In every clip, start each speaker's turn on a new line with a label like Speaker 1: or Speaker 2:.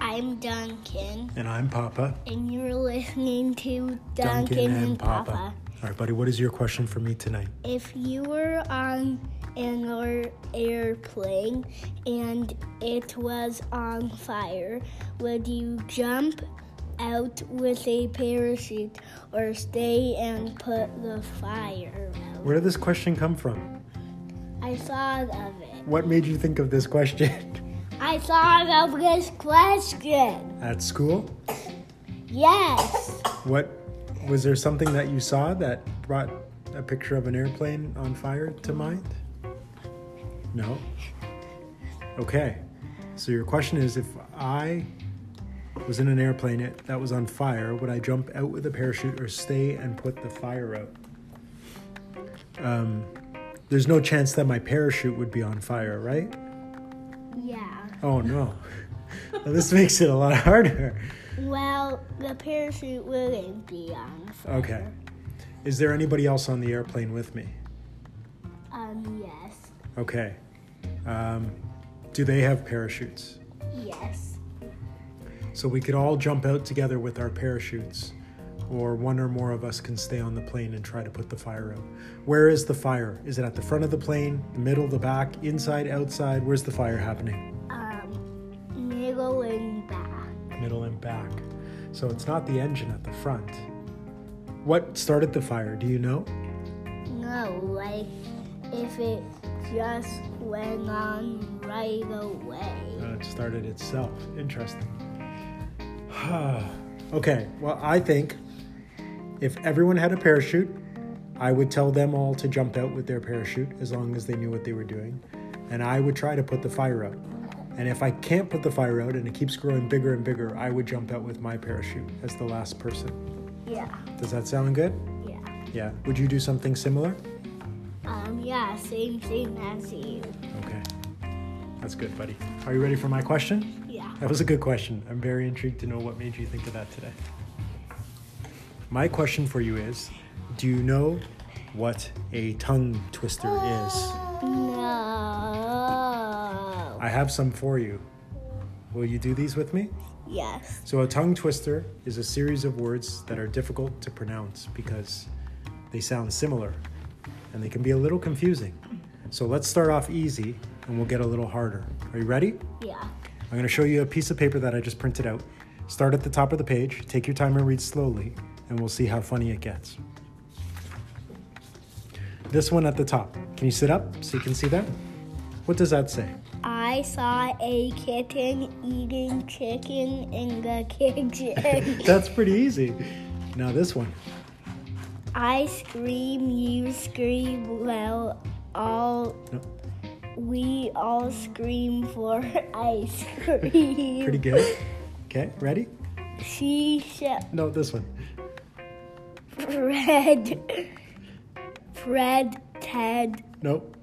Speaker 1: I'm Duncan,
Speaker 2: And I'm Papa.
Speaker 1: and you're listening to Duncan, and, Papa.
Speaker 2: All right, buddy, what is your question for me tonight?
Speaker 1: If you were on an or- airplane and it was on fire, would you jump out with a parachute or stay and put the fire out?
Speaker 2: Where did this question come from?
Speaker 1: I thought of it.
Speaker 2: What made you think of this question?
Speaker 1: I thought of this question.
Speaker 2: At school?
Speaker 1: Yes.
Speaker 2: What was there something that you saw that brought a picture of an airplane on fire to mind? No. Okay. So your question is if I was in an airplane it- that was on fire, would I jump out with a parachute or stay and put the fire out? Um, there's no chance that my parachute would be on fire, right?
Speaker 1: Yeah.
Speaker 2: Oh no. Well, this makes it a lot harder.
Speaker 1: Well, the parachute wouldn't be on.
Speaker 2: Okay. Is there anybody else on the airplane with me?
Speaker 1: Um, yes.
Speaker 2: Okay. Um, do they have parachutes?
Speaker 1: Yes.
Speaker 2: So we could all jump out together with our parachutes, or one or more of us can stay on the plane and try to put the fire out. Where is the fire? Is it at the front of the plane, the middle, the back, inside, outside? Where's the fire happening?
Speaker 1: Um, middle and back.
Speaker 2: Middle and back. So it's not the engine at the front. What started the fire? Do you know?
Speaker 1: No, like if it just went on right away.
Speaker 2: Uh, it started itself. Interesting. okay, well, I think if everyone had a parachute, I would tell them all to jump out with their parachute as long as they knew what they were doing. And I would try to put the fire out. And if I can't put the fire out and it keeps growing bigger and bigger, I would jump out with my parachute as the last person.
Speaker 1: Yeah,
Speaker 2: Does that sound good?
Speaker 1: yeah.
Speaker 2: Yeah. Would you do something similar?
Speaker 1: Um, yeah, same thing as you.
Speaker 2: Okay. That's good, buddy. Are you ready for my question?
Speaker 1: Yeah.
Speaker 2: That was a good question. I'm very intrigued to know what made you think of that today. My question for you is Do you know what a tongue twister is?
Speaker 1: No.
Speaker 2: I have some for you. Will you do these with me?
Speaker 1: Yes.
Speaker 2: So, a tongue twister is a series of words that are difficult to pronounce because they sound similar and they can be a little confusing. So, let's start off easy and we'll get a little harder. Are you ready?
Speaker 1: Yeah.
Speaker 2: I'm going to show you a piece of paper that I just printed out. Start at the top of the page, take your time and read slowly, and we'll see how funny it gets. This one at the top. Can you sit up so you can see that? What does that say?
Speaker 1: I saw a kitten eating chicken in the kitchen.
Speaker 2: That's pretty easy. Now, this one.
Speaker 1: I scream, you scream, well, all
Speaker 2: No,
Speaker 1: we all scream for ice cream.
Speaker 2: pretty good. Okay, ready?
Speaker 1: She sh-
Speaker 2: No, this one.
Speaker 1: Fred, Fred, Ted,
Speaker 2: Nope.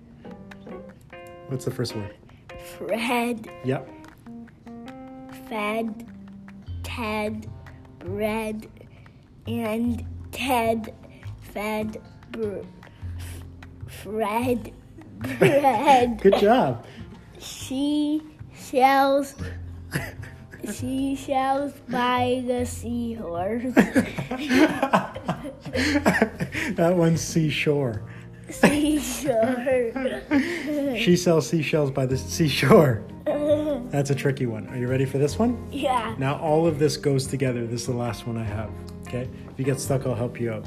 Speaker 2: What's the first word?
Speaker 1: Fred,
Speaker 2: Yep.
Speaker 1: Fed, Ted, Bread, and Ted, Fed, br- Fred, Bread.
Speaker 2: Good job.
Speaker 1: She sells she sells by the seahorse.
Speaker 2: that one's seashore.
Speaker 1: Seashore.
Speaker 2: She sells seashells by the seashore. That's a tricky one. Are you ready for this one?
Speaker 1: yeah.
Speaker 2: Now, all of this goes together. This is the last one I have. Okay? If you get stuck, I'll help you out.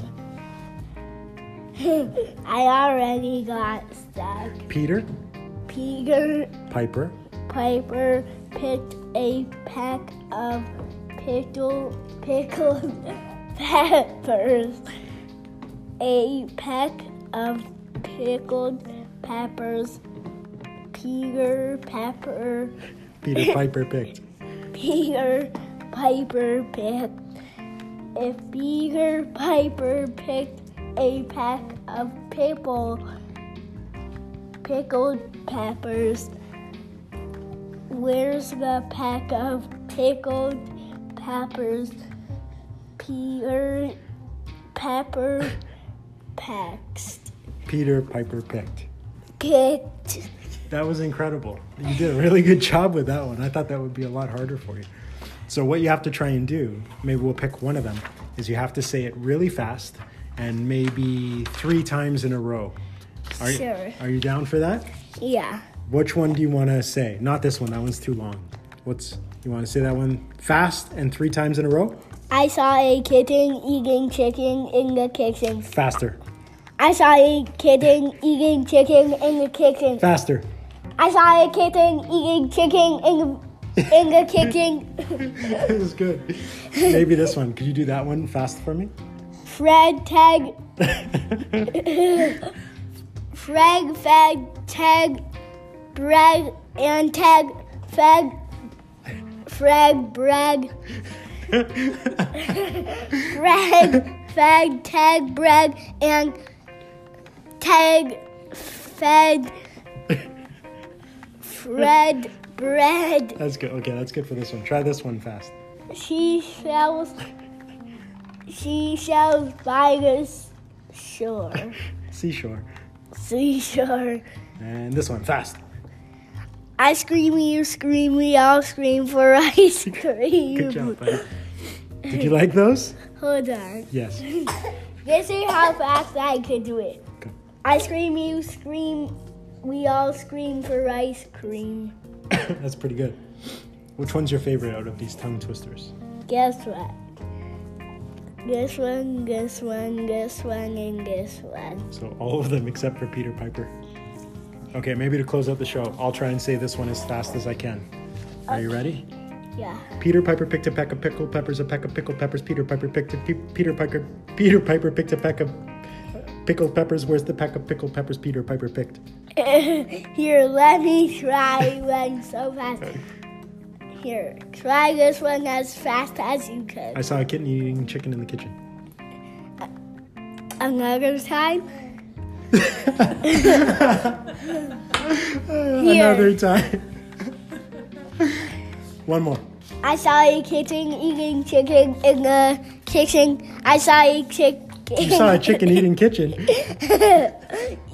Speaker 1: I already got stuck.
Speaker 2: Peter
Speaker 1: Peter
Speaker 2: Piper
Speaker 1: Piper picked a pack of pickle pickled peppers. A pack of pickled peppers. Peter Pepper
Speaker 2: Peter Piper picked.
Speaker 1: Peter Piper picked. If Peter Piper picked a pack of pickle, pickled peppers, where's the pack of pickled peppers? Peter Pepper packs
Speaker 2: Peter Piper picked.
Speaker 1: Picked.
Speaker 2: That was incredible. You did a really good job with that one. I thought that would be a lot harder for you. So what you have to try and do, maybe we'll pick one of them, is you have to say it really fast and maybe three times in a row. Are you-
Speaker 1: Sure.
Speaker 2: are you down for that?
Speaker 1: Yeah.
Speaker 2: Which one do you want to say? Not this one. That one's too long. What's you want to say that one fast and three times in a row?
Speaker 1: I saw a kitten eating chicken in the kitchen.
Speaker 2: Faster,
Speaker 1: I saw a kitten eating chicken in the kitchen.
Speaker 2: faster.
Speaker 1: I saw a kitten eating chicken in the, in the kitchen.
Speaker 2: it was good. Maybe this one. Could you do that one fast for me?
Speaker 1: Fred tag, Fred fag tag, brag and tag fag, Fred brag, Fred fag tag brag and tag fed, Fred bread.
Speaker 2: that's good. Okay, that's good for this one. Try this one fast.
Speaker 1: She sells. She sells by the shore.
Speaker 2: Seashore.
Speaker 1: Seashore.
Speaker 2: And this one fast.
Speaker 1: I scream, you scream, we all scream for ice cream.
Speaker 2: Good job, buddy. Did you like those?
Speaker 1: Hold on.
Speaker 2: Yes.
Speaker 1: This is how fast I could do it.
Speaker 2: Okay.
Speaker 1: I scream, you scream, we all scream for ice cream.
Speaker 2: that's pretty good. Which one's your favorite out of these tongue twisters?
Speaker 1: Guess what? This one, this one, this one, and this one.
Speaker 2: So all of them except for Peter Piper. Okay, maybe to close out the show, I'll try and say this one as fast as I can. Are you ready?
Speaker 1: Yeah.
Speaker 2: Peter Piper picked a peck of pickled peppers, a peck of pickled peppers. Peter Piper picked a pe- Peter Piper Peter Piper picked a peck of pickled peppers. Where's the peck of pickled peppers Peter Piper picked?
Speaker 1: Here, let me try one so fast. Here, try this one as fast as you
Speaker 2: I
Speaker 1: could.
Speaker 2: saw a kitten eating chicken in the kitchen.
Speaker 1: Another time.
Speaker 2: Another time. One more.
Speaker 1: I saw a kitten eating chicken in the kitchen. I saw a chicken.
Speaker 2: You saw a chicken eating kitchen.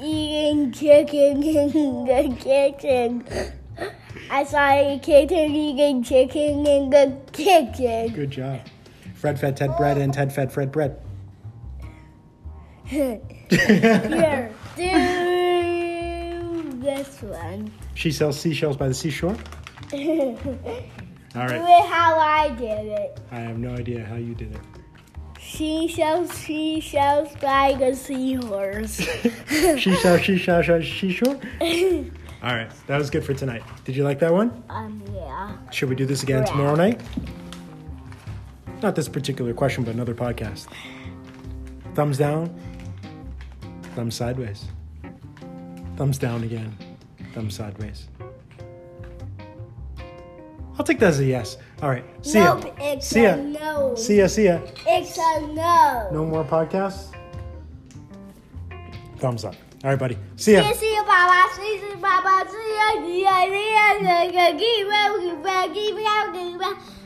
Speaker 1: eating chicken in the kitchen. I saw a kitten eating chicken in the kitchen.
Speaker 2: Good job. Fred fed Ted bread and Ted fed Fred bread.
Speaker 1: Here, do this one.
Speaker 2: She sells seashells by the seashore. All
Speaker 1: Do
Speaker 2: right.
Speaker 1: it how I did it.
Speaker 2: I have no idea how you did
Speaker 1: She sells she sells by the seahorse.
Speaker 2: it. She sells she sells she sells seashore. All right. That was good for tonight. Did you like that one?
Speaker 1: um yeah.
Speaker 2: Should we do this again
Speaker 1: Correct.
Speaker 2: tomorrow night? Not this particular question, but another podcast. Thumbs down. Thumbs sideways. Thumbs down again. Thumbs sideways. I'll take that as a yes. All right. See ya.
Speaker 1: nope, it's
Speaker 2: See
Speaker 1: a
Speaker 2: ya.
Speaker 1: no.
Speaker 2: See ya. See ya.
Speaker 1: It's a no.
Speaker 2: No more podcasts? Thumbs up. All right, buddy. See ya.
Speaker 1: See you, Papa. See you, Papa. See you, see you, see you, see you. Keep up, keep up, keep up, keep up.